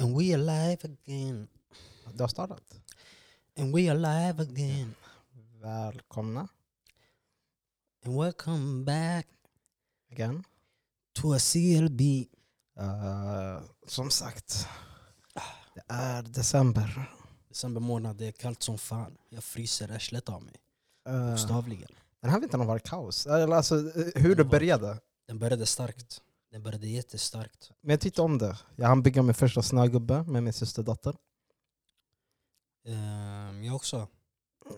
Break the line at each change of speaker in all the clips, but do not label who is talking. And we alive again.
Det har startat.
And we alive again.
Välkomna.
And welcome back
Again.
to a CLB.
Eh, som sagt, det är december.
December månad, det är kallt som fan. Jag fryser arslet av mig.
Eh,
Bokstavligen.
den här vintern har varit kaos. Eller alltså, eh, hur det började.
Den började starkt. Den började jättestarkt.
Men jag tyckte om det. Jag hann bygga min första snögubbe med min systerdotter.
Ehm, jag också.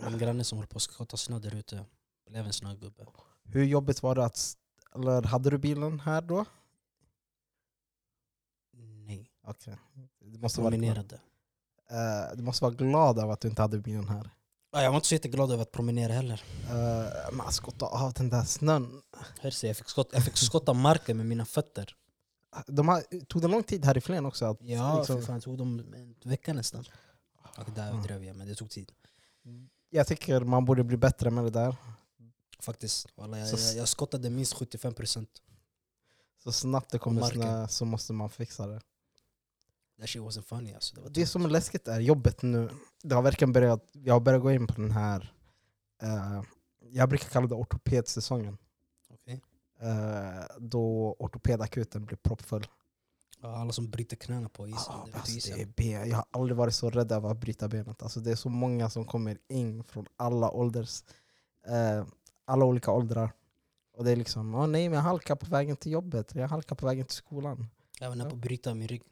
Ah.
En granne som håller på att skotta snö där ute. Blev en snögubbe.
Hur jobbigt var det att... s- Eller hade du bilen här då?
Nej.
Okej. Du, måste vara,
Promenerade.
eh, du måste vara glad över att du inte hade bilen här.
Ja, Ah, Jag var inte så jätteglad över att promenera heller.
Uh, man skotta av den där snön.
Här ser jag, jag, fick skotta, jag fick skotta marken med mina fötter.
De har, tog det lång tid här i Flen också? Att,
Ja,
liksom-
för fan, det tog dem en vecka nästan. Och där
Mm.
överdrev jag, men det tog tid.
jag tycker man borde bli bättre med det där.
Faktiskt. Walla, jag,
Så-
jag, jag skottade minst 75%.
Så snabbt det kommer
Marken.
snö så måste man fixa det.
That shit wasn't funny alltså. Det var
Det som är läskigt är jobbet nu. Det har verkligen börjat, jag har börjat gå in på den här, eh, jag brukar kalla det ortopedsäsongen.
Okej.
Eh, då ortopedakuten blir proppfull.
Ja, alla som bryter knäna på isen.
Ah,
det är
alltså, det är
isen.
ben. Jag har aldrig varit så rädd över att bryta benet. Alltså, det är så många som kommer in från alla ålders, eh, alla olika åldrar. Och det är liksom, åh nej men jag halkar på vägen till jobbet, jag halkar på vägen till skolan.
Jag var nära
Ja.
på att bryta min rygg.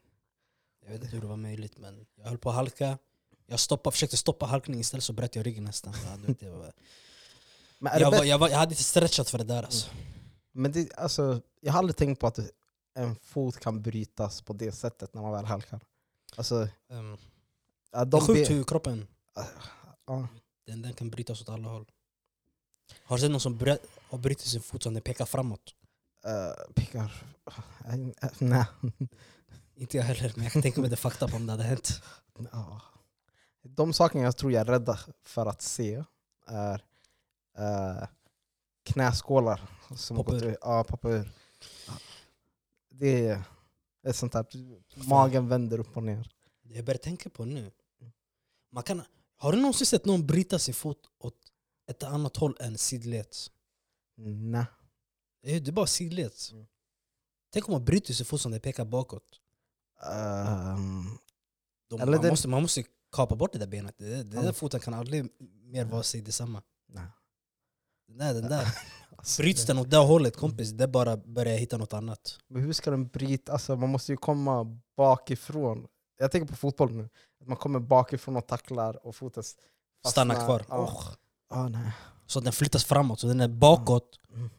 Jag vet inte hur det var möjligt men jag höll på att halka. Jag stoppade, försökte stoppa halkningen istället så bröt jag ryggen nästan. Ja, du vet, jag, var,
Men, är det
jag, var,
bäst-
jag, var, jag hade inte stretchat för det där alltså.
men det, alltså, jag har aldrig tänkt på att en fot kan brytas på det sättet när man väl halkar. Alltså,
Ehm,
att
det
de
är sjukt
ben-
hur kroppen
ja.
den, den kan brytas åt alla håll. Har du sett någon som brö- har brutit sin fot så den pekar framåt?
eh, pickar... Eh, Nej.
Inte jag heller men jag kan tänka mig det fucked up om det hade hänt.
Ja. Ah. De sakerna jag tror jag är rädd för att se är eh, knäskålar som har
Poppa
gått
ur.
ur. Ja, poppa ur. Det är ett sånt här, magen vänder upp och ner.
Det jag börjar tänka på nu. Man kan, har du någonsin sett någon bryta sin fot åt ett annat håll än sidleds?
Nej.
Det är det är bara sidleds.
Mm.
Tänk om man bryter sin fot som den pekar bakåt.
Ehm,
Då
Eller
man,
det-
måste, man måste kapa bort det där benet. Det, det, den där
Ja.
foten kan aldrig mer vara sig detsamma.
nej.
Den där, den där.
Alltså,
Bryts
det-
den åt det hållet kompis, det är bara börjar hitta något annat.
Men hur ska den bryta? Alltså, man måste ju komma bakifrån. Jag tänker på fotboll nu. Att Man kommer bakifrån och tacklar och foten s-
Stanna
fastnar.
kvar.
Ja.
Oh.
Ja, nej.
Så den flyttas framåt, så den är bakåt.
Mm.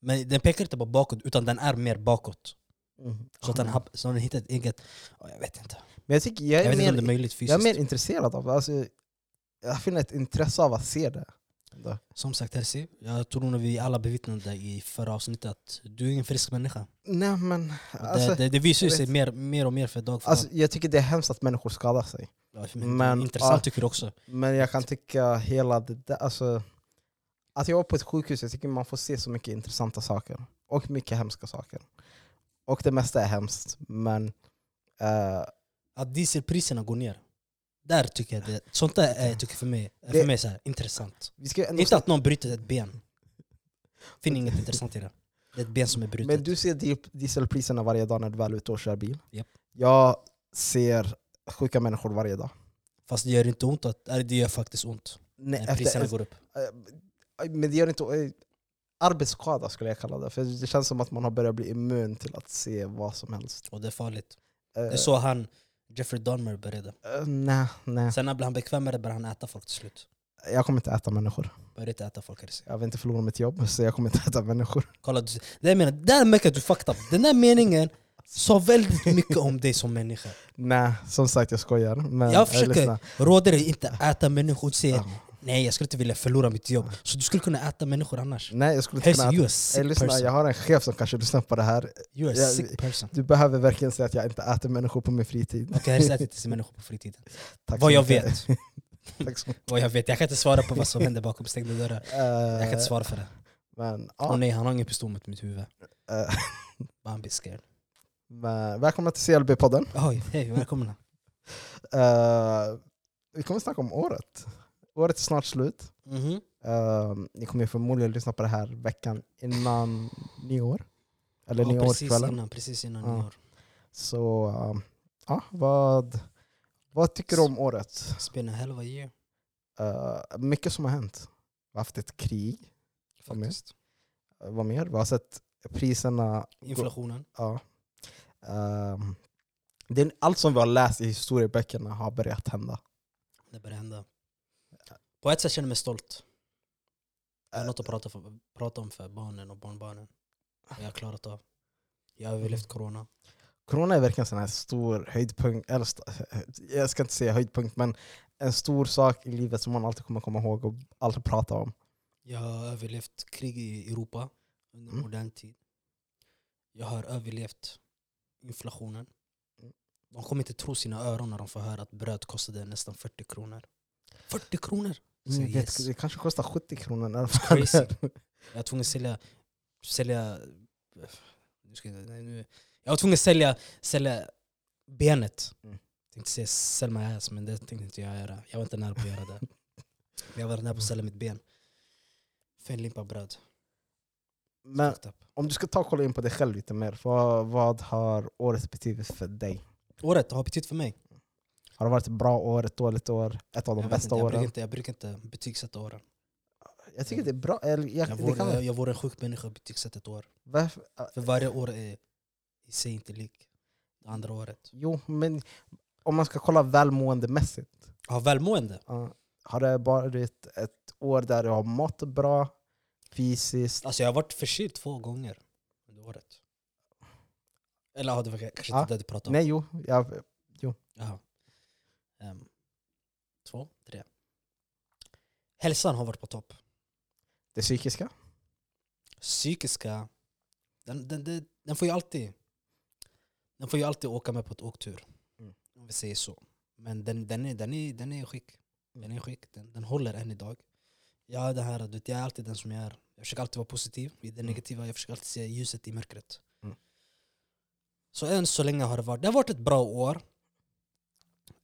Men den pekar inte bara bakåt, utan den är mer bakåt.
Mm.
Så, att den, hap- så den hittar ett eget... Ja, jag vet inte.
Men jag tycker jag
Jag
är
vet inte
mer
om det är möjligt
Jag
fysiskt.
är mer intresserad av det. Alltså, jag finner ett intresse av att se det. Då.
Som sagt Herzi, jag tror nog vi alla bevittnade i förra avsnittet att du är ingen frisk människa.
Nej, men,
Och
alltså,
det, det, det visar ju
jag
sig
vet.
mer, mer och mer för dag för
alltså,
dag.
jag tycker det är hemskt att människor skadar sig.
Ja, för mig.
men,
Intressant
ja.
tycker du också.
Men jag kan tycka hela det där, alltså, Att jag var på ett sjukhus, jag tycker man får se så mycket intressanta saker. Och mycket hemska saker. Och det mesta är hemskt, men eh,
Att dieselpriserna går ner. Där tycker jag det. Sånt där är, tycker för mig, är
Det-
för mig så här, intressant.
vi ska ju ändå
Inte att någon bryter ett ben. Finner inget intressant i det. Det är ett ben som är brutet.
Men du ser di- dieselpriserna varje dag när du väl är ute och kör bil.
Japp.
Jag ser sjuka människor varje dag.
Fast det gör inte ont, att, nej, det gör faktiskt ont.
Nej,
När priserna går upp.
Eh, Men det gör inte... eh, Arbetsskada skulle jag kalla det. För det känns som att man har börjat bli immun till att se vad som helst.
Och det är farligt.
Eh,
Det är så han, Jeffrey Dahmer började.
eh, nej, nej.
Sen när han blev han bekvämare började han äta folk till slut.
Jag kommer inte äta människor.
Började inte äta folk Herzi.
Jag vill inte förlora mitt jobb, så jag kommer inte äta människor.
Kolla, du, det jag menar, där märker jag att du fucked up. Den där meningen sa väldigt mycket om dig som människa.
Nej, som sagt jag skojar. Men
Jag
eh,
försöker-
lyssna.
Råder dig inte äta människor och säger
Ja.
nej jag skulle inte vilja förlora mitt jobb. Så du skulle kunna äta människor annars.
Nej, jag skulle inte
Herzi,
kunna äta.
you a
Eh,
sick
lyssna, jag
person.
har en chef som kanske lyssnar på det här.
You a
jag-
sick person.
Du behöver verkligen säga att jag inte äter människor på min fritid.
Okej, Herzi äter inte sina människor på fritiden.
Tack så
Vad jag
mycket.
vet.
Tack så mycket.
Vad jag vet. Jag kan inte svara på vad som händer bakom stängda dörrar. Jag kan inte
Eh,
svara för det.
Men,
Åh
ja.
nej, han har ingen pistol mot mitt huvud.
eh,
Bara Han blir scared.
Men välkomna till CLB-podden.
Oj, hej, välkomna.
Eh, vi kommer snacka om året. Året är snart slut.
Mhm.
Eh, ni kommer ju förmodligen lyssna på det här veckan innan nyår. Eller
Ja, precis
nyårskvällen.
innan, precis innan
Ja.
nyår.
Så eh, ja, vad, vad tycker du om året?
It's been a hell of a year.
Eh, mycket som har hänt. Vi har haft ett krig. Vad mer?
Faktiskt.
Eh, Vad mer? Vi har sett priserna. gå-
Inflationen.
Ja. Ehm, det är, allt som vi har läst i historieböckerna har börjat hända.
Det börjar hända. På ett sätt känner jag mig stolt. Jag har
Eh,
något att prata, för, prata om för barnen och barnbarnen. Och jag har klarat av. Jag har
Mm.
överlevt corona.
Corona är verkligen en sån här stor höjdpunkt, eller st- eh, jag ska inte säga höjdpunkt, men en stor sak i livet som man alltid kommer komma ihåg och alltid prata om.
Jag har överlevt krig i Europa under
Mm.
modern tid. Jag har överlevt inflationen.
Mm.
De kommer inte tro sina öron när de får höra att bröd kostade nästan 40 kronor. 40 kronor! Så
Men jag
Mm, yes.
vet, det kanske kostar 70 kronor. När
Crazy. Jag var tvungen att sälja... sälja nu ska jag, nej, nu, jag var tvungen att sälja, sälja benet.
Mm.
Tänkte säga sälj my ass, men det tänkte inte jag göra. Jag var inte nära på att göra det. Men jag var nära på att sälja mitt ben. För en limpa bröd.
men
Fucked up.
om du ska ta och kolla in på dig själv lite mer, vad, vad har året betytt för dig?
Året har betytt för mig.
Har det varit ett bra år, ett dåligt år, ett av de
jag, vet
bästa
inte, jag, brukar
åren?
inte, jag brukar inte betygsätta åren.
Jag tycker det är bra. Eller, jag,
Jag
det kan,
vore, jag vore en sjuk människa att betygsätta ett år.
varför,
För varje år är i sig inte lik det andra året.
jo, men om man ska kolla välmåendemässigt.
Ja, välmående.
Ja. Har det varit ett år där du har mått bra fysiskt?
Alltså jag har varit förkyld två gånger under året. Eller ja, det var kanske
Ja.
inte det du pratade om.
Nej, jo. Jag,
Jaha. Ehm, två, tre. Hälsan har varit på topp.
det psykiska?
Psykiska, den, den, den, den får ju alltid den får ju alltid åka med på ett åktur.
Mm.
Om vi säger så. Men den, den, är, den, är, den är i skick.
Mm.
Den, är i skick. Den, den håller än idag. Jag är, det här, du vet, jag är alltid den som jag är. Jag försöker alltid vara positiv i det
Mm.
negativa. Jag försöker alltid se ljuset i mörkret.
Mm.
Så än så länge har det varit, det har varit ett bra år.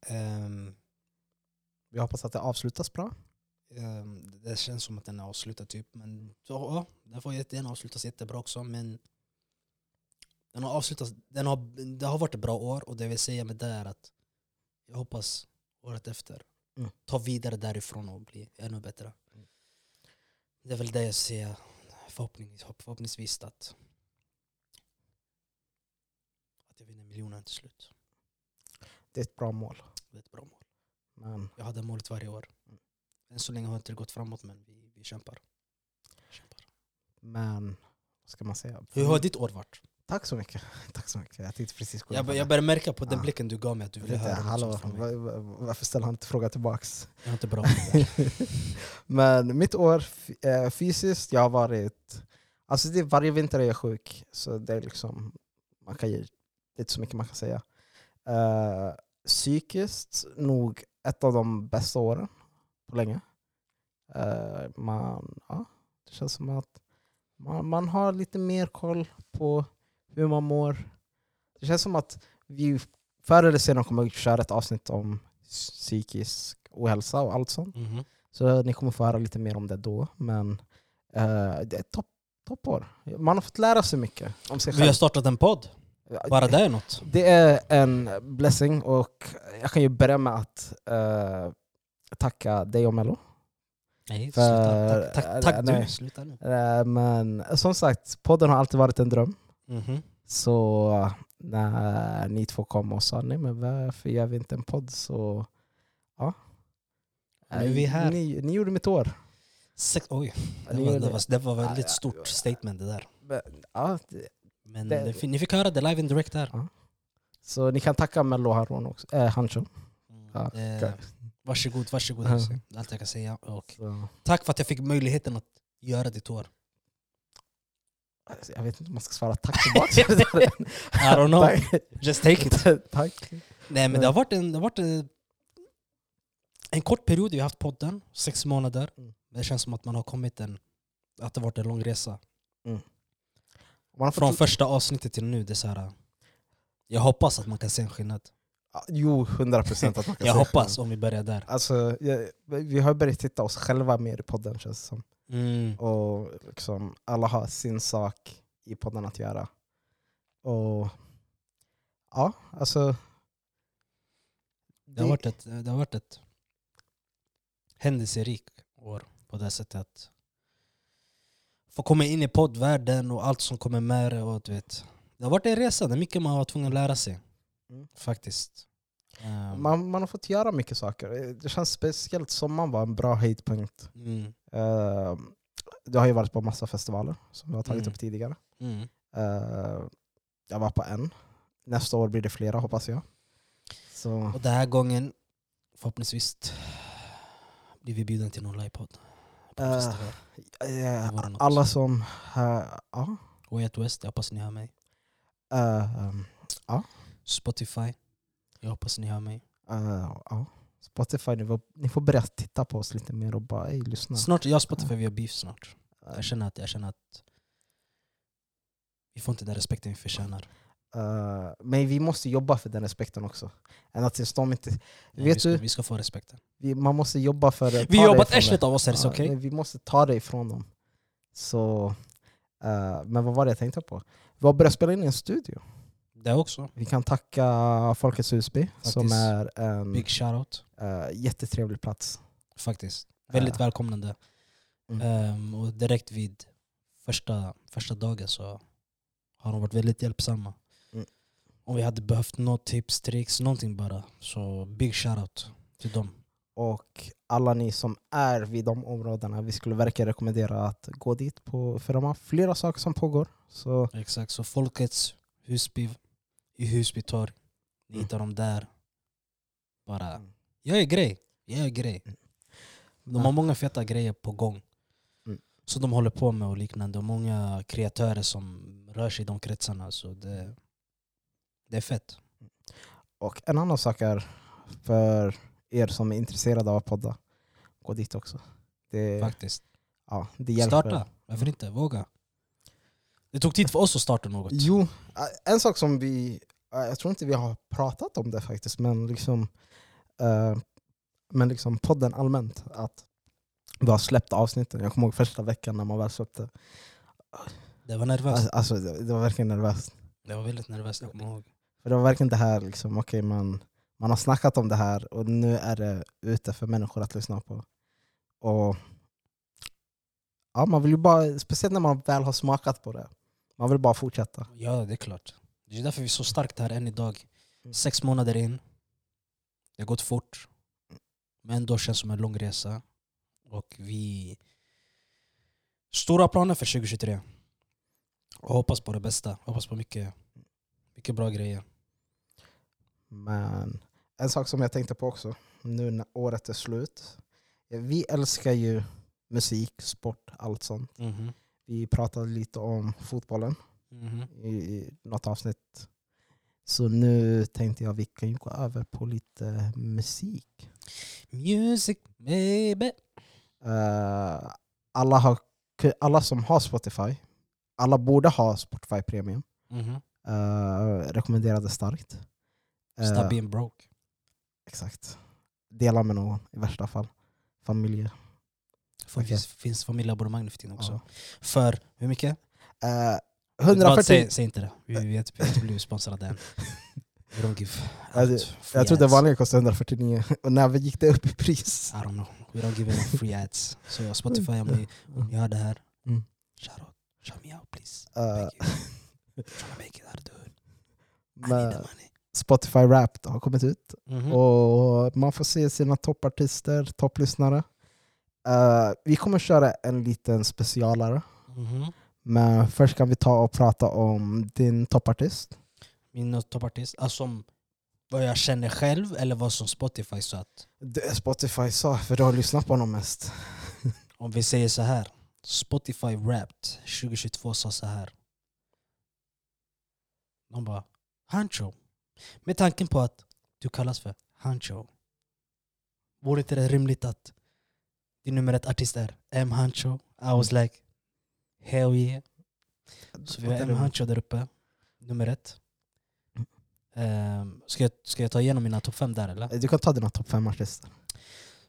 Ehm,
Vi hoppas att det avslutas bra.
Ehm, Det känns som att den är avslutad typ. Men så, ja, den får jättegärna avslutas jättebra också. Men den har avslutats, den har, det har varit ett bra år och det jag vill säga med det är att jag hoppas året efter
Mm.
ta vidare därifrån och bli ännu bättre.
Mm.
Det är väl det jag ser förhoppningsvis, hopp- förhoppningsvis att, att jag vinner miljonen till slut.
Det är ett bra mål.
Det är ett bra mål.
Men
Jag har det målet varje år.
Mm.
Än så länge har inte det gått framåt men vi, vi kämpar. kämpar.
Men, vad ska man säga?
Hur har ditt år varit?
Tack så mycket. Tack så mycket. Jag tänkte precis gå in
Jag,
på
bör-
det.
jag börjar märka på den
Ja.
blicken du gav mig att du ville
Lite,
höra något
hallå,
sånt från mig.
va- va- varför ställer han inte frågan tillbaks?
Jag är inte bra på det.
Men mitt år f- eh, fysiskt, jag har varit... Alltså det är varje vinter är jag sjuk, så det är liksom... Man kan ge, det är inte så mycket man kan säga. Eh, psykiskt, nog ett av de bästa åren på länge. Eh, man, ja, det känns som att man, man har lite mer koll på hur man mår. Det känns som att vi förr eller senare kommer att köra ett avsnitt om psykisk ohälsa och allt sånt.
Mhm.
Så ni kommer få höra lite mer om det då. Men eh, det är topp, toppår. Man har fått lära sig mycket om sig
Vi har
själv.
startat en podd, bara det är något.
Det är en blessing och jag kan ju börja med att eh, tacka dig och Mello.
Nej,
För-
sluta. Tack, tack, tack
nej.
du, sluta nu.
Eh, men som sagt, podden har alltid varit en dröm.
Mhm.
Så när ni två kom och sa nej men varför gör vi inte en podd så ja.
Nu är vi här.
Ni, ni gjorde mitt år.
Sex, oj, det
Ni
var,
gjorde-
det var, det var
Ja, ja,
väldigt stort statement det där.
ja, det-
Men
Det-
det, fin- ni fick höra det live and direct där.
så ni kan tacka Mello Haron också. Eh, Hancho. Ja,
Eh,
okej.
varsågod, varsågod.
Ja.
Hussein. Det är allt jag kan säga. Och
Så,
tack för att jag fick möjligheten att göra ditt år.
alltså, jag vet inte om man ska svara tack tillbaka.
I don't know,
Tack.
just take it.
tack.
Nej men det har varit en, det har varit en, en kort period vi har haft podden, sex månader.
Mm.
Men det känns som att man har kommit en, att det har varit en lång resa.
Man har
Från
fått,
första avsnittet till nu, det är så här, Jag hoppas att man kan se en skillnad.
Ja, Jo, 100 procent att man kan
Jag
se
hoppas,
skillnad.
om vi börjar där.
Alltså, jag, vi har börjat titta oss själva mer i podden känns det som. Mm. Och liksom, alla har sin sak i podden att göra. Och ja, alltså.
Det, har varit ett, det har varit ett händelserikt år på det sättet att få komma in i poddvärlden och allt som kommer med det. Och, du vet, det har varit en resa, det är mycket man var tvungen att lära sig.
Mm.
Faktiskt. Ehm,
man, man har fått göra mycket saker. Det känns speciellt, sommaren var en bra höjdpunkt.
mm,
Eh, jag har ju varit på massa festivaler som jag har tagit
Mm.
upp tidigare.
mm.
Eh, jag var på en. Nästa år blir det flera hoppas jag. Så
Och den här gången, förhoppningsvis, blir vi bjudna till någon livepodd. På
Eh.
festival.
eh,
Det vore något.
alla som... eh, ja,
Way Out West, jag hoppas ni hör mig.
eh, ehm,
Spotify, jag hoppas ni hör mig.
eh, ja. Spotify, ni får, ni får börja titta på oss lite mer och bara ey, lyssna.
Snart, jag och Spotify vi har beef snart.
Eh,
Jag känner att, jag känner att vi får inte den respekten vi förtjänar.
eh, men vi måste jobba för den respekten också. Ända tills de inte...
Men
Vet
vi, ska,
du-
vi ska få respekten.
Vi, man måste jobba för att
Vi
ta
har
det
jobbat
ifrån det.
arslet av oss här, så
Ja,
okej?
men Vi måste ta det ifrån dem. Så, eh, men vad var det jag tänkte på? Vi har börjat spela in i en studio.
Det också.
Vi kan tacka Folkets Husby som
Faktiskt.
är en
Big shoutout.
eh, jättetrevlig plats.
Faktiskt. Väldigt
Eh,
välkomnande.
Mm.
Ehm, och direkt vid första, första dagen så har de varit väldigt hjälpsamma.
Mm.
Om vi hade behövt något tips, tricks, någonting bara. Så big shoutout till dem.
Och alla ni som är vid de områdena, vi skulle verkligen rekommendera att gå dit på, för de har flera saker som pågår. Så
Exakt, så Folkets Husby i Husby torg. Ni
Mm.
hittar dem där. Bara,
Mm.
jag är grej. Jag är grej. De
Ja.
har många feta grejer på gång.
Ah. Mm.
Så de håller på med och liknande. Och många kreatörer som rör sig i de kretsarna. Så det, det är fett.
Och en annan sak är för er som är intresserade av att podda, gå dit också. Det,
Faktiskt.
ja, det hjälper. Mm.
Starta, varför inte? Våga. Det tog tid för oss att starta något.
Jo, eh, en sak som vi, eh, jag tror inte vi har pratat om det faktiskt, men liksom, eh, men liksom podden allmänt, att vi har släppt avsnitten. Jag kommer ihåg första veckan när man väl släppte.
Det var nervöst.
Alltså, alltså, det det var verkligen nervöst.
Det var väldigt nervöst, jag kommer ihåg.
För det var verkligen det här, liksom, okej man, man har snackat om det här och nu är det ute för människor att lyssna på. Och ja, man vill ju bara, speciellt när man väl har smakat på det, man vill bara fortsätta.
Ja, det är klart. Det är därför vi är så starkt här än idag.
Mm.
Sex månader in. Det har gått fort. Men ändå känns det som en lång resa. Och vi... Stora planer för 2023. Och hoppas på det bästa. Hoppas på mycket, mycket bra grejer.
Men en sak som jag tänkte på också, nu när året är slut. Vi älskar ju musik, sport, allt sånt.
Mhm.
Vi pratade lite om fotbollen
Mhm.
i, i något avsnitt. Så nu tänkte jag vi kan ju gå över på lite musik.
Music baby.
Eh, alla, har, ku- alla som har Spotify, alla borde ha Spotify Premium.
Mhm.
Uh, rekommenderade starkt. Eh,
Stop being broke.
exakt. Dela med någon i värsta fall. Familj.
Det
okej.
finns, finns familjeabonnemang nu för tiden också.
Ja.
För hur mycket?
Eh,
Vad,
140,
Säg, säg inte det. Vi vet vi har inte blivit sponsrade än. We don't give
Ja, det-
out free
Alltså, jag trodde
ads.
vanliga kostade 149 och när vi gick det upp i pris?
I don't know. We don't give any free ads. Så jag Spotify om ni, om ni hör det här.
Mm.
Shout out. Shout me out please.
Eh,
Thank you. Tryna make it out dude. I need
men
the money.
Spotify Wrapped har kommit ut
Mhm.
och man får se sina toppartister, topplyssnare. Eh, vi kommer köra en liten specialare,
Mhm.
men först kan vi ta och prata om din toppartist.
Min toppartist, alltså som vad jag känner själv eller vad som Spotify sa att
Det är Spotify sa, för du har lyssnat på honom mest.
om vi säger så här. Spotify Wrapped 2022 sa så här. De bara Hancho. Med tanken på att du kallas för Hancho. Vore inte det rimligt att din nummer ett artist är M Hancho? I was like hell yeah. Så vi har M Hancho där uppe, nummer ett. Ehm, ska, jag, ska jag ta igenom mina topp fem där eller?
Du kan ta dina topp fem artister.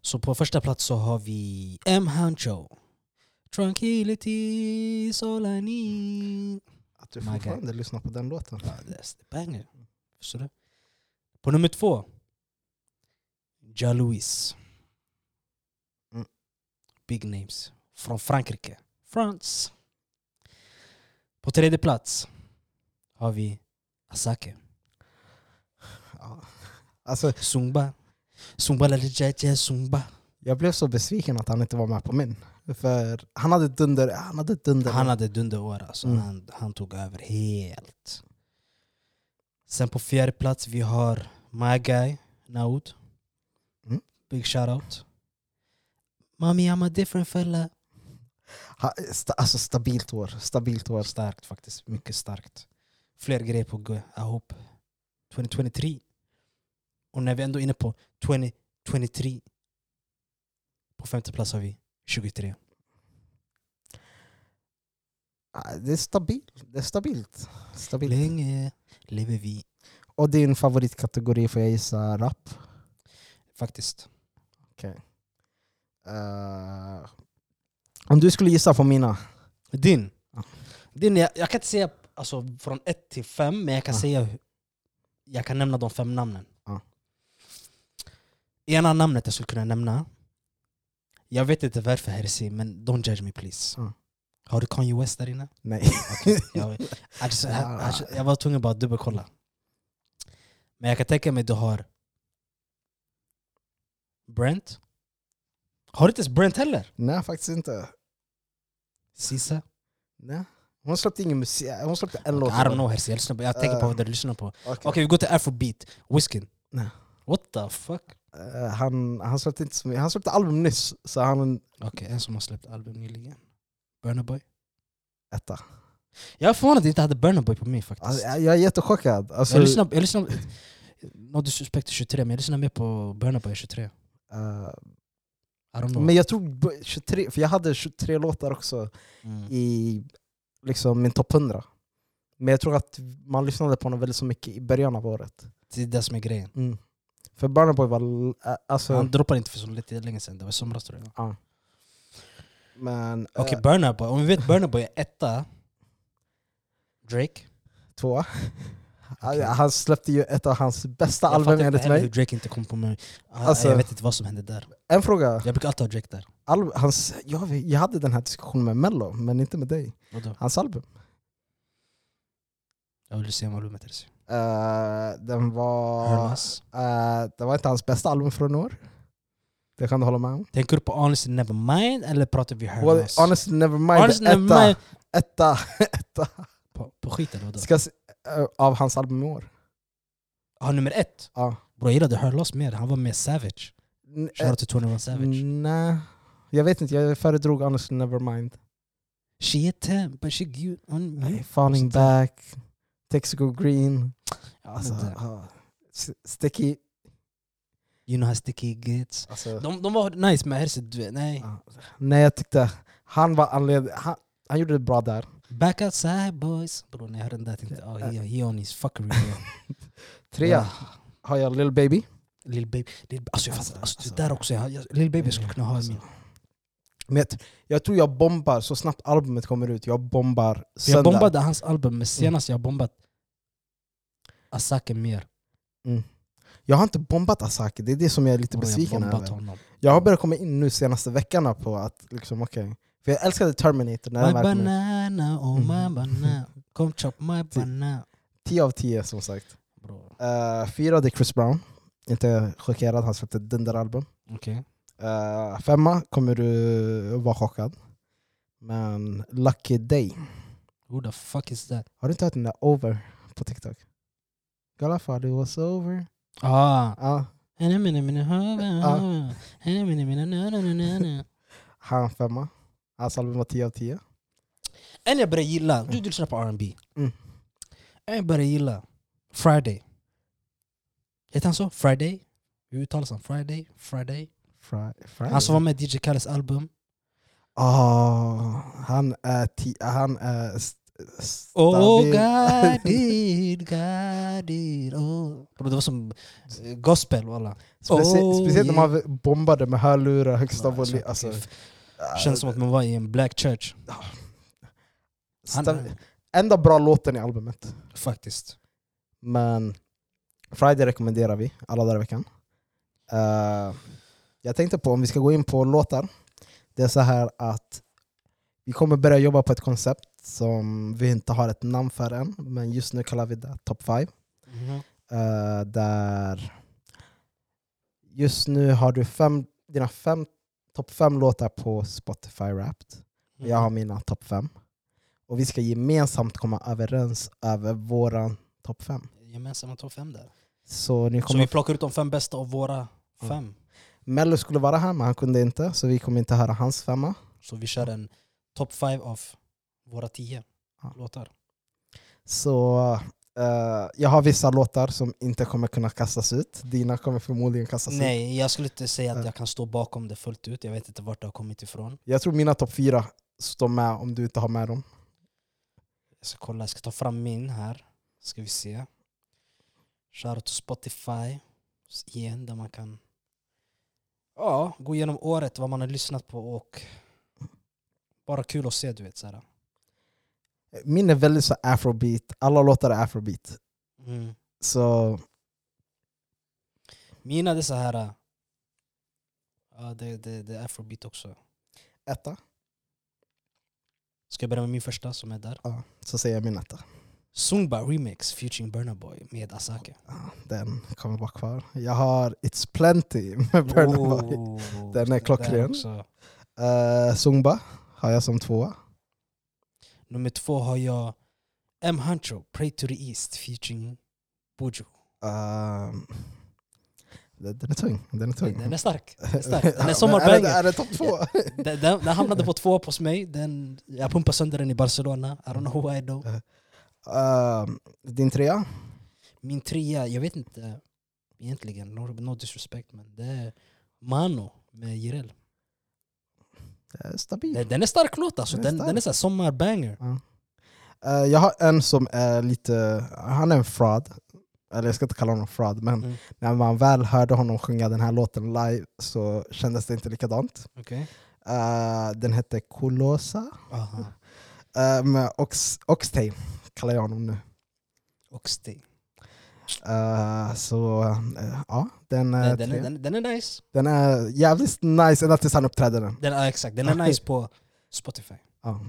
Så på första plats så har vi M. Hancho. Tranquility is all I need.
Att du
My guy.
fortfarande lyssnar på den låten.
Ja, det är banger. Förstår du? På nummer två. Ja Louis.
Mm.
Big names. Från Frankrike. France. På tredje plats har vi Asake.
Ja. Alltså,
Zumba. Zumba la jaja zumba.
jag blev så besviken att han inte var med på min. För han hade dunder... Han hade dunder.
Han hade dunderår alltså.
Mm.
Han, han tog över helt. Sen på fjärde plats vi har My Guy, Naud.
Mm.
Big shoutout. Mommy I'm a different fella.
Ha- sta, alltså stabilt år. Stabilt år.
Starkt faktiskt, mycket starkt. Fler grejer på G, I hope. 2023. Och när vi ändå är inne på 2023. På femte plats har vi 23.
Ja, Ah, Det är stabilt. Det är stabilt. stabilt.
Länge lever vi
Och din favoritkategori får jag gissa rap.
faktiskt.
Eh, om du skulle gissa på mina.
Din?
Ja.
Din jag, jag kan inte säga alltså, från ett till fem, men jag kan
Ja.
säga hu- jag kan nämna de fem namnen.
Ja.
Ena namnet jag skulle kunna nämna, jag vet inte varför Herzi, men don't judge me please.
Ja.
Har du Kanye West där inne?
Nej.
Jag, I just, I,
Ja.
I, jag var tvungen bara att dubbelkolla. Men jag kan tänka mig att du har Brent. Har du inte ens Brent heller?
Nej, faktiskt inte.
Sisa?
Nej. Hon släppte ingen musik. eh, Hon släppte en
I
låt.
don't know Herzi, jag, lyssnar på- jag tänker på
Eh.
vad du lyssnar på.
Okej.
Okej vi går till afrobeat, Whiskin.
Nej.
What the fuck?
Eh, han, han, släppte inte så mycket. han släppte album nyss, så han är en
Okej, en som har släppt album nyligen. Burna Boy.
etta.
Jag är förvånad att jag inte hade Burna Boy på mig faktiskt.
Alltså, jag jag är jättechockad. Alltså,
jag lyssnar, jag lyssnar Något suspekt är 23, men jag lyssnar mer på Burna Boy 23. I
eh,
don't know.
men jag tog b- 23, för jag hade 23 låtar också
mm.
i liksom, min topp 100. Men jag tror att man lyssnade på honom väldigt så mycket i början av året.
Det är det som är grejen.
För Burna Boy var... l- eh, Alltså,
Mm. Han droppade inte för så Eh. lite länge sedan, det var i somras tror jag.
men, eh,
Okej, Burna Boy. Om vi vet Burna Boy är etta, Drake.
tvåa. Han-
Okej.
Han släppte ju ett av hans bästa
Jag fattar
album
inte
enligt
heller hur
mig.
Drake inte kom på mig. Ah,
Alltså-
jag vet inte vad som hände där.
En fråga.
Jag brukar alltid ha Drake där.
Al- hans, jag, jag hade den här diskussionen med Mello, men inte med dig.
Vadå?
Hans album.
Jag vill se om albumet är
Eh, den var...
Hermas.
eh, det var inte hans bästa album från i år. Det kan du hålla med om.
Tänker du på Honestly Nevermind eller pratar vi här?
Well, honestly, nevermind. Honestly, etta,
Nevermind
etta, etta.
på, på skiten vadå?
Ska, se- eh, av hans album i år.
Ja, nummer ett.
Ja.
Bro, jag gillade Hör Loss mer, han var mer savage.
N-
Shoutout till 21 Savage.
eh, Nej, jag vet inte. Jag föredrog Honestly Nevermind.
She a ten, but she good on me.
Mm. Falling
Sånt
back, Texaco Green. Alltså,
Alltså,
ja. S- Sticky.
you know how sticky it gets.
Alltså,
De, de var nice med Herse, du vet, nej.
ja. Nej, jag tyckte han var anled- han, han gjorde det bra där.
Back outside boys. Bro, när jag hörde den där tänkte jag oh, he, he on his fuckery. bro.
Trea
Ah,
har jag Lil Baby.
Lil Baby. Lil, alltså, jag fattar,
Alltså,
alltså, det där också. Jag, jag, Lil Baby skulle kunna ha i
Alltså,
min.
Men jag, tr- jag tror jag bombar så snabbt albumet kommer ut. Jag bombar
För jag
söndag.
bombade hans album, men senast jag bombat Asake mer.
Jag har inte bombat Asake, det är det som jag är lite
Bro,
besviken
jag bombat
över.
honom.
Jag har börjat komma in nu senaste veckorna på att liksom okej. För jag älskade Terminator när den
My
väl kom ut.
banana, oh my
Mhm.
banana. Come chop my banana.
10 av 10 som sagt.
Bro.
Uh, 4 det är Chris Brown. Inte chockerad, han släppte ett dunderalbum.
Okej.
Uh, femma kommer du vara chockad. Men Lucky Day.
Who the fuck is that?
Har du inte hört den där Over på TikTok? Godfather was over.
Ah.
Ja,
En minne minne
Ah.
hava. En minne minne na na na na na.
han femma. Hans album var 10 av 10.
En jag börjar gilla, du, du lyssnar på R&B.
Mm.
En jag börjar gilla, Friday. Heter han så? Friday? Hur uttalas han? Friday? Friday?
Fri- Friday.
Han som var med i DJ Kalles album.
Ah, han är, ti- han är st-
Oh
stabil.
God did, God did, oh. Det var som eh, gospel walla.
Specie-
Oh,
speciellt när
yeah.
man bombade med hörlurar högsta
Ja,
volym.
exakt.
Alltså,
Det Känns som att man var i en black church. Han,
stabil. Enda bra låten i albumet.
faktiskt.
Men Friday rekommenderar vi alla dagar i veckan. Eh, jag tänkte på om vi ska gå in på låtar. Det är så här att vi kommer börja jobba på ett koncept som vi inte har ett namn för än, men just nu kallar vi det Top 5.
Mhm.
Eh, där just nu har du fem, dina fem, topp fem låtar på Spotify Wrapped. Och Jag har mina topp fem. Och vi ska gemensamt komma överens över våran topp fem.
Mm. Gemensamma topp fem där.
Så ni
Så
kommer...
vi plockar ut de fem bästa av våra
Ja.
fem.
Mello skulle vara här men han kunde inte, så vi kommer inte höra hans femma.
Så vi kör en top five av våra tio
Ja.
låtar.
Så eh, jag har vissa låtar som inte kommer kunna kastas ut. Dina kommer förmodligen kastas ut.
Nej, jag skulle inte säga
Alltså- Ja.
att jag kan stå bakom det fullt ut. Jag vet inte vart det har kommit ifrån.
Jag tror mina topp fyra står med om du inte har med dem.
Jag ska kolla, jag ska ta fram min här. Ska vi se. Shoutout till Spotify. S- Igen, där man kan ja, gå igenom året, vad man har lyssnat på och bara kul att se, du vet. Så här.
Min är väldigt så afrobeat, alla låtar är afrobeat.
Mm.
Så
Mina det är så här. äh, Ja, det, det, det är afrobeat också.
etta,
Ska jag börja med min första som är där?
ja, så säger jag min etta.
Zumba Remix featuring Burna Boy med Asake.
Ja, Den kommer vara kvar. Jag har It's Plenty med Burna Boy.
Oh,
Den är
där
klockren.
också.
Eh, Zumba har jag som tvåa.
Nummer två har jag M. Huncho, Pray to the East featuring Bojo.
Ehm, den den är tung. Den är tung.
Den är stark. Den är, stark.
Ja,
Den är
men det-
sommarbanger.
Är det topp två?
Den, den, den hamnade på två på mig. Den, jag pumpade sönder den i Barcelona. I don't know who I know.
Ehm, din trea?
Min trea, jag vet inte egentligen. No, no disrespect men det är Mano med Jireel.
Eh, Stabil.
Den, den är stark låt alltså.
Den är
Den,
stark.
den är så här sommarbanger.
Eh, jag har en som är lite, han är en fraud. Eller jag ska inte kalla honom fraud, men
Mm.
när man väl hörde honom sjunga den här låten live så kändes det inte likadant.
Okej.
Eh, den hette Kolosa. Eh, med Ox, Oxtail kallar jag honom nu.
Och Stay.
Eh, så eh, ja, den, är
Den, den,
tre.
är-
den,
den, den är nice.
är jävligt nice ända tills han uppträder den.
Den, ja, exakt, den
Ah.
är nice på Spotify.
Ja.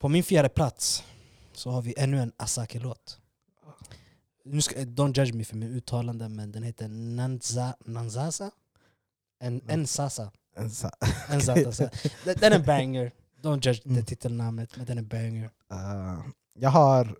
På min fjärde plats så har vi ännu en Asake-låt. Nu ska, don't judge me för mitt uttalande, men den heter Nanza, Nanzasa? En, Ensasa.
En så-
Ensasa. Den den är banger. Don't judge
Mm.
det titelnamnet, men den är banger.
eh, jag har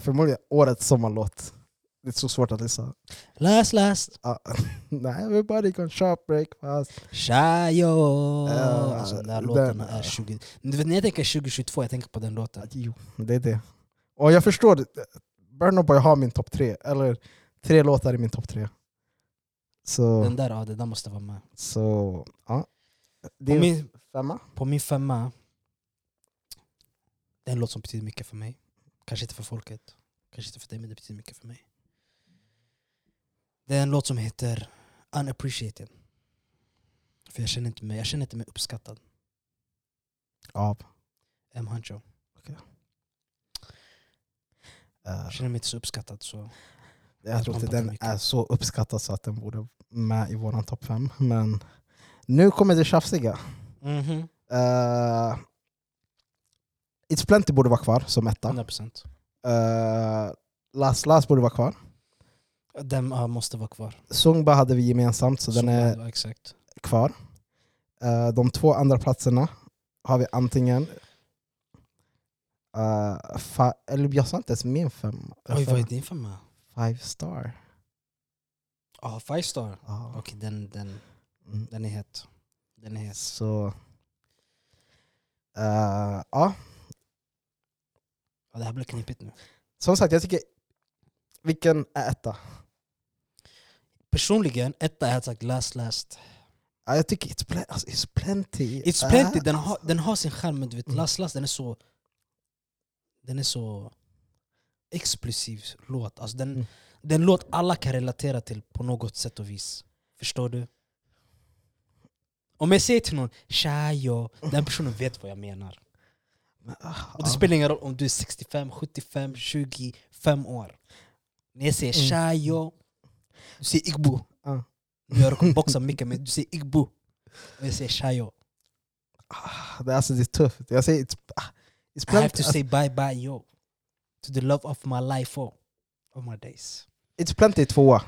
förmodligen årets sommarlåt. Det är så svårt att lista.
Last last,
Ja. Nej, everybody can shop breakfast.
Shayo.
Eh,
alltså, den här
den-
låten är 20... Du vet, när jag tänker 2022, jag tänker på den låten.
Jo, det är det. Och jag förstår, Burn Boy har min topp tre, eller tre låtar i min topp tre. Så,
Den där, ja, den där måste vara med.
så ja. Det
På
är
min,
femma.
På min femma, det är en låt som betyder mycket för mig. Kanske inte för folket, kanske inte för dig, men det betyder mycket för mig. Det är en låt som heter Unappreciated. För jag känner inte mig, jag känner inte mig uppskattad.
Av.
M. Hancho.
Eh,
Jag känner mig inte så uppskattad. Så.
jag tror inte
pumpar
den
mycket.
är så uppskattad så att den borde med i våran topp fem. Men nu kommer det tjafsiga.
Mhm.
Eh, It's Plenty borde vara kvar som etta.
100%.
Eh, Last Last borde vara kvar.
Den ja, måste vara kvar.
Zumba hade vi gemensamt så den är
ja, exakt.
kvar. Eh, de två andra platserna har vi antingen... eh, fa- eller jag sa inte ens min femma.
Oj, vad är din femma?
Five star.
Ja, Five Star.
Ja.
Okej, den, den,
Mm.
den är het. Den är het.
Så... eh, ja,
Ja, det här blir knepigt nu.
som sagt jag tycker... Vilken är etta?
Personligen, etta jag hade sagt Last Last.
Ja, jag tycker It's, plen- alltså, it's Plenty.
It's
är-
plenty, den har, den har sin charm men du vet
Mm.
Last Last den är så den är så explosiv låt. Alltså den,
Mm.
det är en låt alla kan relatera till på något sätt och vis. Förstår du? Om jag säger till någon Shayo, den personen vet vad jag menar.
ah,
Och det spelar ingen roll om du är 65, 75, 25 år. När jag säger
Mm.
Shayo, du säger Igbo.
Ja.
Nu har jag boxat mycket men du säger Igbo. Och jag säger Shayo.
Ah, det, alltså, det är tufft. Jag säger, it's, ah, it's
I have
plenty,
to
alltså,
say bye bye yo to the love of my life oh, of my days.
it's plenty tvåa.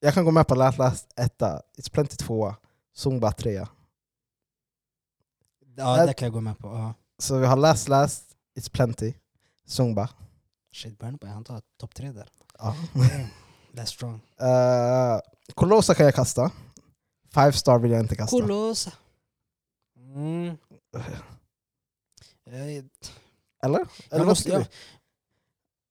Jag kan gå med på Last Last etta. It's plenty tvåa. Zumba trea.
Ja,
That-
det kan jag gå med på. ja.
Så vi har Last Last, It's plenty, Zumba.
Shit, Bernabeu, han tar topp tre där.
Ja.
Damn, That's strong.
Eh, Colossa kan jag kasta. Five Star vill jag inte kasta.
Colosa. Mm. Eh,
Eller? Eller
jag
vad
måste,
tycker
ja.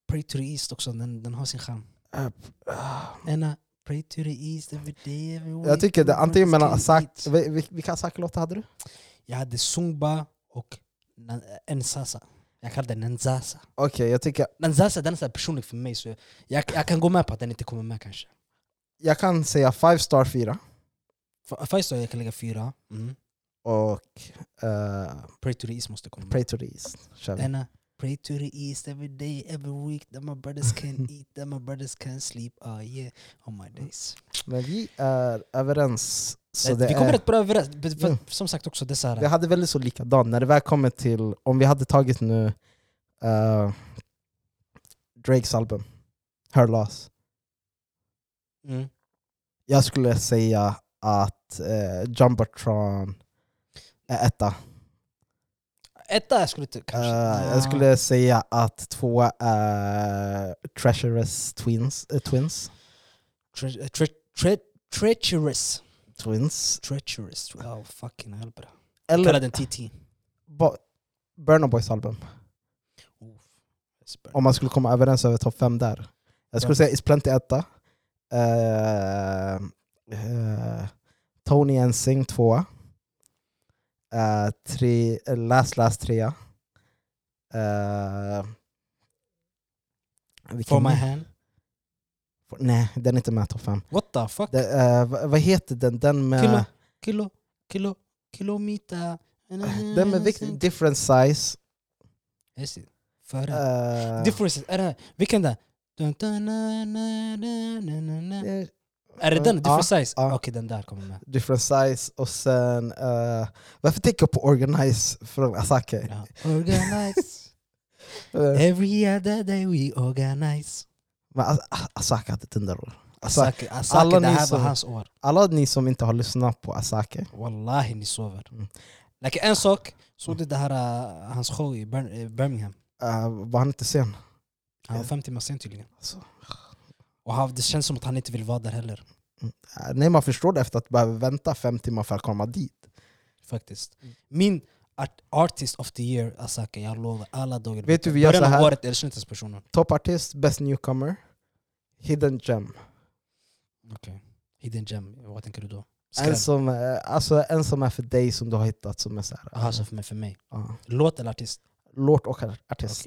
Pray to the East också, den, den har sin charm.
du? Eh, ah.
Ena, pray to the East every day, every week.
Jag tycker det
every
antingen mellan
breath you
Asak...
eat.
vi- vi- Vilka Asak-låtar hade du?
Jag hade Zumba och Na- Nsasa. Jag kallar den Nzasa.
Okej, jag tycker
Nzasa den är så här personlig för mig, så jag, jag, jag kan gå med på att den inte kommer med kanske.
jag kan säga Five Star 4
F- uh, First Star jag kan lägga fyra.
Mm-hmm.
Mm.
och eh,
Pray to the East måste komma med.
Pray to the East. Kör vi.
Denna pray to the east every day, every week that my brothers can eat, that my brothers can sleep. Oh yeah, on
Mm.
my days.
Men vi är överens. Så
vi
det
kommer
är,
rätt bra överens. För, för,
Mm.
Som sagt också, det är så
vi
här,
hade väldigt så likadant. När det väl kommer till, om vi hade tagit nu eh, Drakes album, Her Loss.
mm,
Jag skulle säga att uh, Jumbotron är etta.
Etta jag skulle inte kanske. Ah.
Eh,
Ja.
Jag skulle säga att tvåa är Treacherous Twins. eh, twins.
Tre- eh, tre- tre- Treacherous.
twins.
Treacherous. Oh fucking hell bra. Kalla
Eller
den TT.
bo- Burna Boys album.
Oof. That's bad.
Om man skulle komma överens över topp fem där. Jag skulle
Ja.
säga Is Plenty etta. Eh, eh, Tony and Sing tvåa. Eh, tre, eh, last Last trea. Eh, vilken
For my
mer?
hand.
Nej, den är inte med i topp fem.
What the fuck?
Det, eh, vad vad heter den? Den med...
Kilo, kilo, kilo, kilometer. Mm,
Den med vikt, different size.
Just it. Före.
eh,
Differences, är det vilken där? Dun, dun, na, na, na, na, na, na. Är det den?
Ja,
Different size?
ja.
Okej, den där kommer med.
different size och sen... eh, varför tänker jag på organize från Asake?
Ja. Organize,
Eh,
every other day we organize.
Men As- As- Asake hade Tinder.
Asake,
Asake. alla
Asake det
ni
här var
som-
hans år.
Alla ni som inte har lyssnat på Asake,
Wallahi ni sover.
Mm.
Like, en sak, såg du det här uh, hans show i Bir- eh, Birmingham?
eh, var han inte sen?
Han var
Ja.
fem timmar sen tydligen.
Alltså,
Och han, det känns som att han inte vill vara där heller.
eh, nej, man förstår det efter att behöva vänta fem timmar för att komma dit.
Faktiskt.
Mm.
Min art, artist of the year, Asake, jag lovar. Alla dagar.
Vet du, vi gör
Början
så
av
här.
året, jag känner inte ens personen.
Toppartist, best newcomer, hidden gem.
Hidden gem, vad tänker du då? Skräll?
En som, eh, alltså, en som är för dig som du har hittat som är så här, eh,
Aha, så för mig, för mig.
ja.
Låt eller artist?
låt och artist.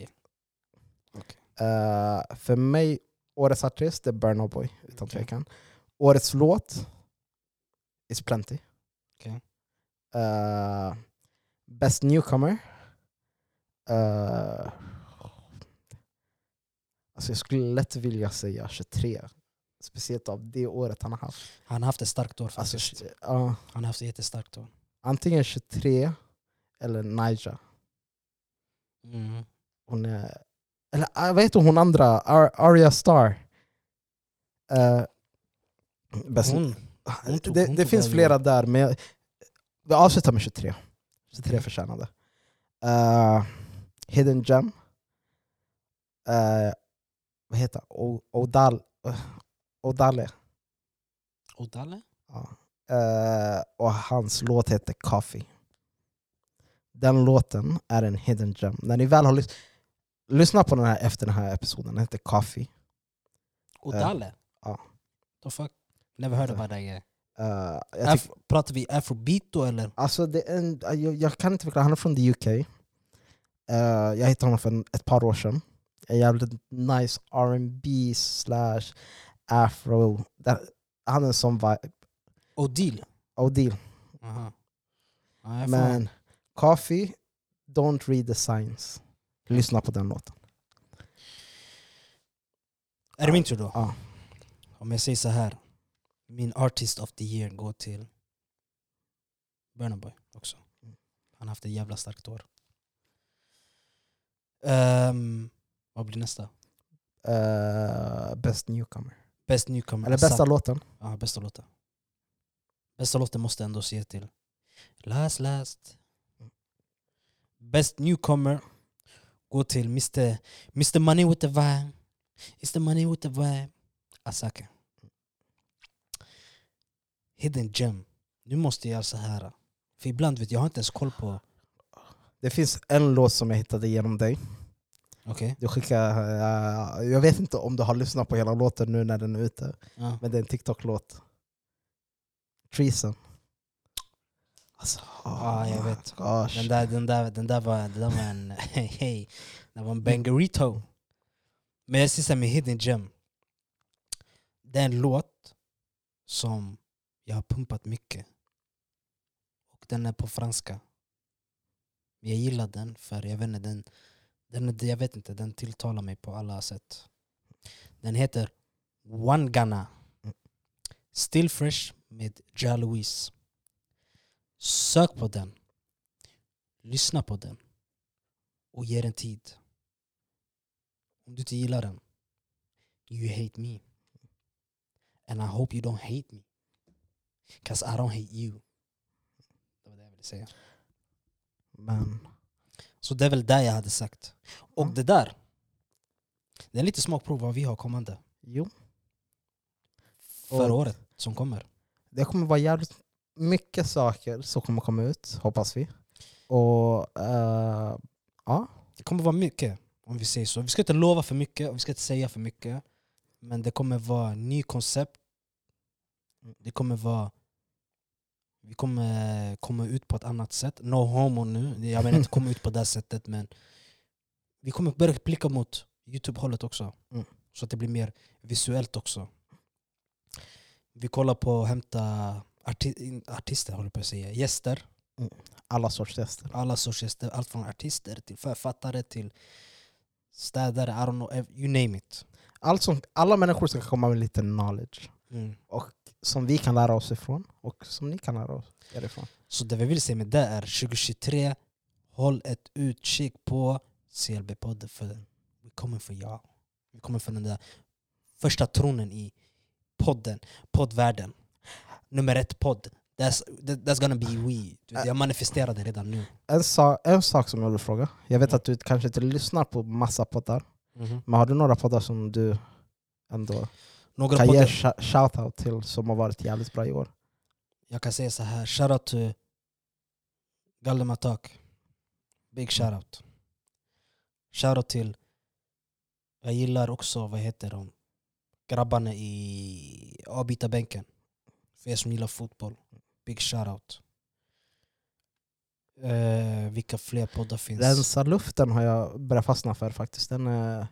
Okej.
Eh, för mig, årets artist är Burn Out Boy, utan
Okej.
tvekan. Årets låt is Plenty.
Okej.
Eh, best newcomer. Uh, alltså jag skulle lätt vilja säga 23. Speciellt av det året han har haft.
Han har haft ett starkt år
Alltså,
faktiskt.
ja,
Han har haft ett jättestarkt år.
antingen 23 eller Naija.
Mm.
Hon är... Eller ah, vad heter hon andra? Ar Arya Star. Eh, bäst- ah,
Hon, hon tog-
det
hon
det
tog
finns
över.
flera där, men jag, vi avslutar med 23. 23
Mm.
förtjänade. Eh, Hidden Gem. Eh, vad heter han? O- Odal eh, Odale.
Odalle?
Ja. Eh, och hans låt heter Coffee. Den låten är en hidden gem. När ni väl har lys- lyssnat på den här efter den här episoden, den heter Coffee.
Odalle?
ja.
The fuck? Never heard about that guy.
Eh, jag, tyck-
Af- pratar vi afrobeat då eller?
alltså det är en, jag, jag kan inte förklara, han är från the UK. Eh, jag hittade honom för en- ett par år sedan. En jävligt nice R&B slash afro. Där, han är en sån vibe.
Odile.
Odile.
Aha. Nej, fan.
Men Coffee, Don't Read the Signs. Lyssna på den låten.
Är det min tur då?
Ja.
Om jag säger så här. Min artist of the year går till Burna Boy också. Han har haft ett jävla starkt år.
Mm.
Ehm, vad blir nästa?
Eh, best Newcomer.
Best newcomer.
Eller bästa
Exakt.
låten.
Ja, bästa låten. Bästa låten måste ändå se till Last Last. Best newcomer går till Mr. Mr Money with the vibe. It's the money with the vibe. Asaka. Hidden gem. Nu måste jag göra så här. För ibland vet jag, jag har inte ens koll på...
Det finns en låt som jag hittade genom dig.
Okej.
Du skickar, eh, jag vet inte om du har lyssnat på hela låten nu när den är ute,
Ja.
men det är en TikTok-låt. Treason. Alltså,
Ja, jag vet.
Gosh.
Den där, den där, den där, var, den där var en... Hej, den var en bangerito. Men jag sysslar med Hidden Gem. Det är en låt som jag har pumpat mycket. Och den är på franska. Men jag gillar den för jag vet inte, den, den, jag vet inte, den tilltalar mig på alla sätt. Den heter One Ghana. Still Fresh med Ja Louise. Sök på den lyssna på den och ge den tid. Om du inte gillar den, you hate me. And I hope you don't hate me. Cause I don't hate you. Det var det jag ville säga.
Men
Så det är väl det jag hade sagt. Och
Mm.
det där, det är lite smakprov vad vi har kommande.
jo,
Förra
Och-
året som kommer.
det kommer vara jävligt mycket saker som kommer komma ut, hoppas vi. Och eh, ja,
Det kommer vara mycket, om vi säger så. Vi ska inte lova för mycket och vi ska inte säga för mycket. Men det kommer vara ny koncept. Det kommer vara... Vi kommer komma ut på ett annat sätt. No homo nu. Jag menar inte komma ut på det här sättet men vi kommer börja blicka mot Youtube-hållet också.
Mm.
Så att det blir mer visuellt också. Vi kollar på att hämta arti- artister, håller jag på att säga. Gäster
alla sorts tester.
alla sorts gäster, allt från artister till författare till städare, I don't know, ev- you name it.
Allt som, alla människor ska komma med lite knowledge
Mm.
som vi kan lära oss ifrån och som ni kan lära oss ifrån.
Så det vi vill säga med det är 2023, håll ett utkik på CLB-podden för vi kommer för ja. Vi kommer för den där första tronen i podden, poddvärlden. Nummer ett podd. That's, that- that's gonna be we. Du vet, Jag manifesterar det redan nu.
En, sa, en sak som jag vill fråga. Jag vet
Mm.
att du kanske inte lyssnar på massa poddar, men har du några poddar som du ändå
Några
kan
poddar-
ge sh- shoutout till som har varit jävligt bra i år?
jag kan säga så här, shoutout till Galdem Attack.
Mm.
Big shoutout. Shoutout till, jag gillar också, vad heter de, grabbarna i avbytarbänken. För er som gillar fotboll, big shoutout. Eh, vilka fler poddar finns?
Rensa luften har jag börjat fastna för faktiskt. Den är,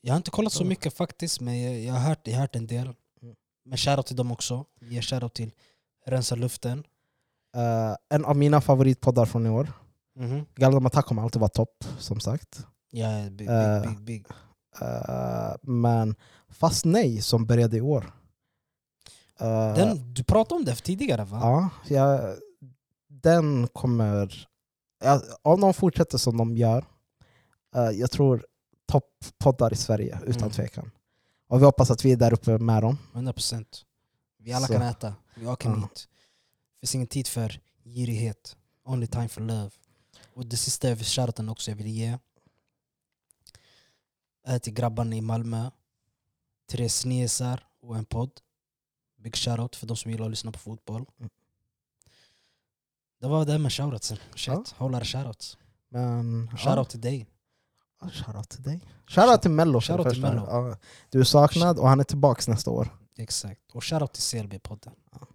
Jag har inte kollat så
Ja.
mycket faktiskt, men jag, jag, har, hört, jag har hört en del.
Mm.
Men shoutout till dem också. Vi ger shoutout till Rensa Luften.
eh, en av mina favoritpoddar från i år. Galdem Attack kommer alltid vara topp, som sagt.
Ja, big,
Eh.
big, big, big.
Eh, men Fast Nej som började i år. Eh,
Den, du pratade om det tidigare va?
Ja, jag, den kommer... Ja, om de fortsätter som de gör, eh, jag tror topppoddar i Sverige utan
Mm.
tvekan. Och vi hoppas att vi är där uppe med dem.
100%. Vi alla
Så.
kan äta, vi alla kan
Ja.
eat. Det finns ingen tid för girighet. Only time for love. Och det sista jag vill shoutouten också jag vill ge är till grabbarna i Malmö. Tre snesar och en podd. Big shoutout för de som gillar att lyssna på fotboll.
Mm.
Det var det med shoutoutsen. Shit,
Ja.
hållare shoutouts.
Men,
Shoutout till dig.
Ja, shoutout till dig. Shoutout till Mello. för det
Shoutout till
första.
Mello.
Ja, du är saknad och han är tillbaka nästa år.
Exakt. Och shoutout till CLB-podden.
Ja.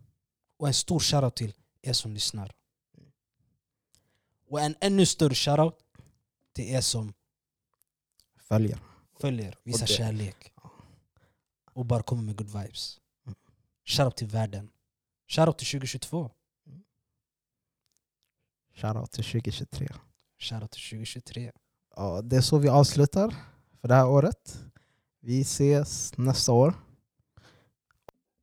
Och en stor shoutout till er som lyssnar. Och en ännu större shoutout till er som
Följer.
följer, visar
det-
kärlek och bara kommer med good vibes.
Mm.
Shoutout till världen. Shoutout till 2022.
Shoutout till 2023.
Shoutout till 2023.
Ja, det är så vi avslutar för det här året. Vi ses nästa år.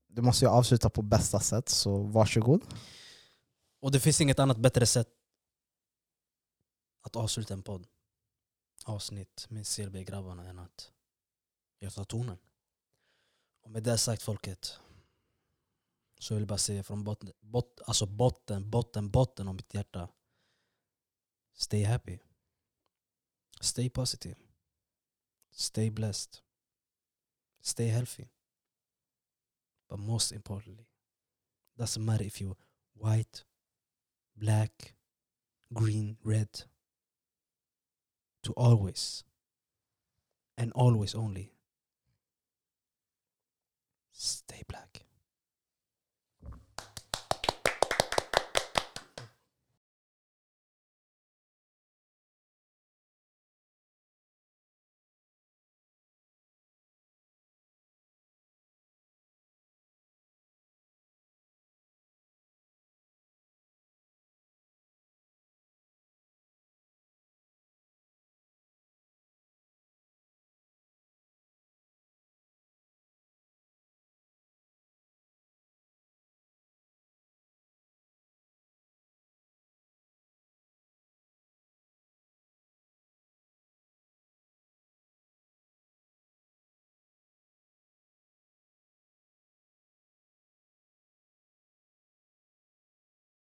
Du måste ju avsluta på bästa sätt, så varsågod.
Och det finns inget annat bättre sätt att avsluta en podd avsnitt med CLB-grabbarna än att jag tar tonen. Och med det sagt folket så vill jag bara säga från botten, bot, alltså botten, botten, botten av mitt hjärta. Stay happy. Stay positive. Stay blessed. Stay healthy. But most importantly, doesn't matter if you white, black, green, red. To always and always only stay black.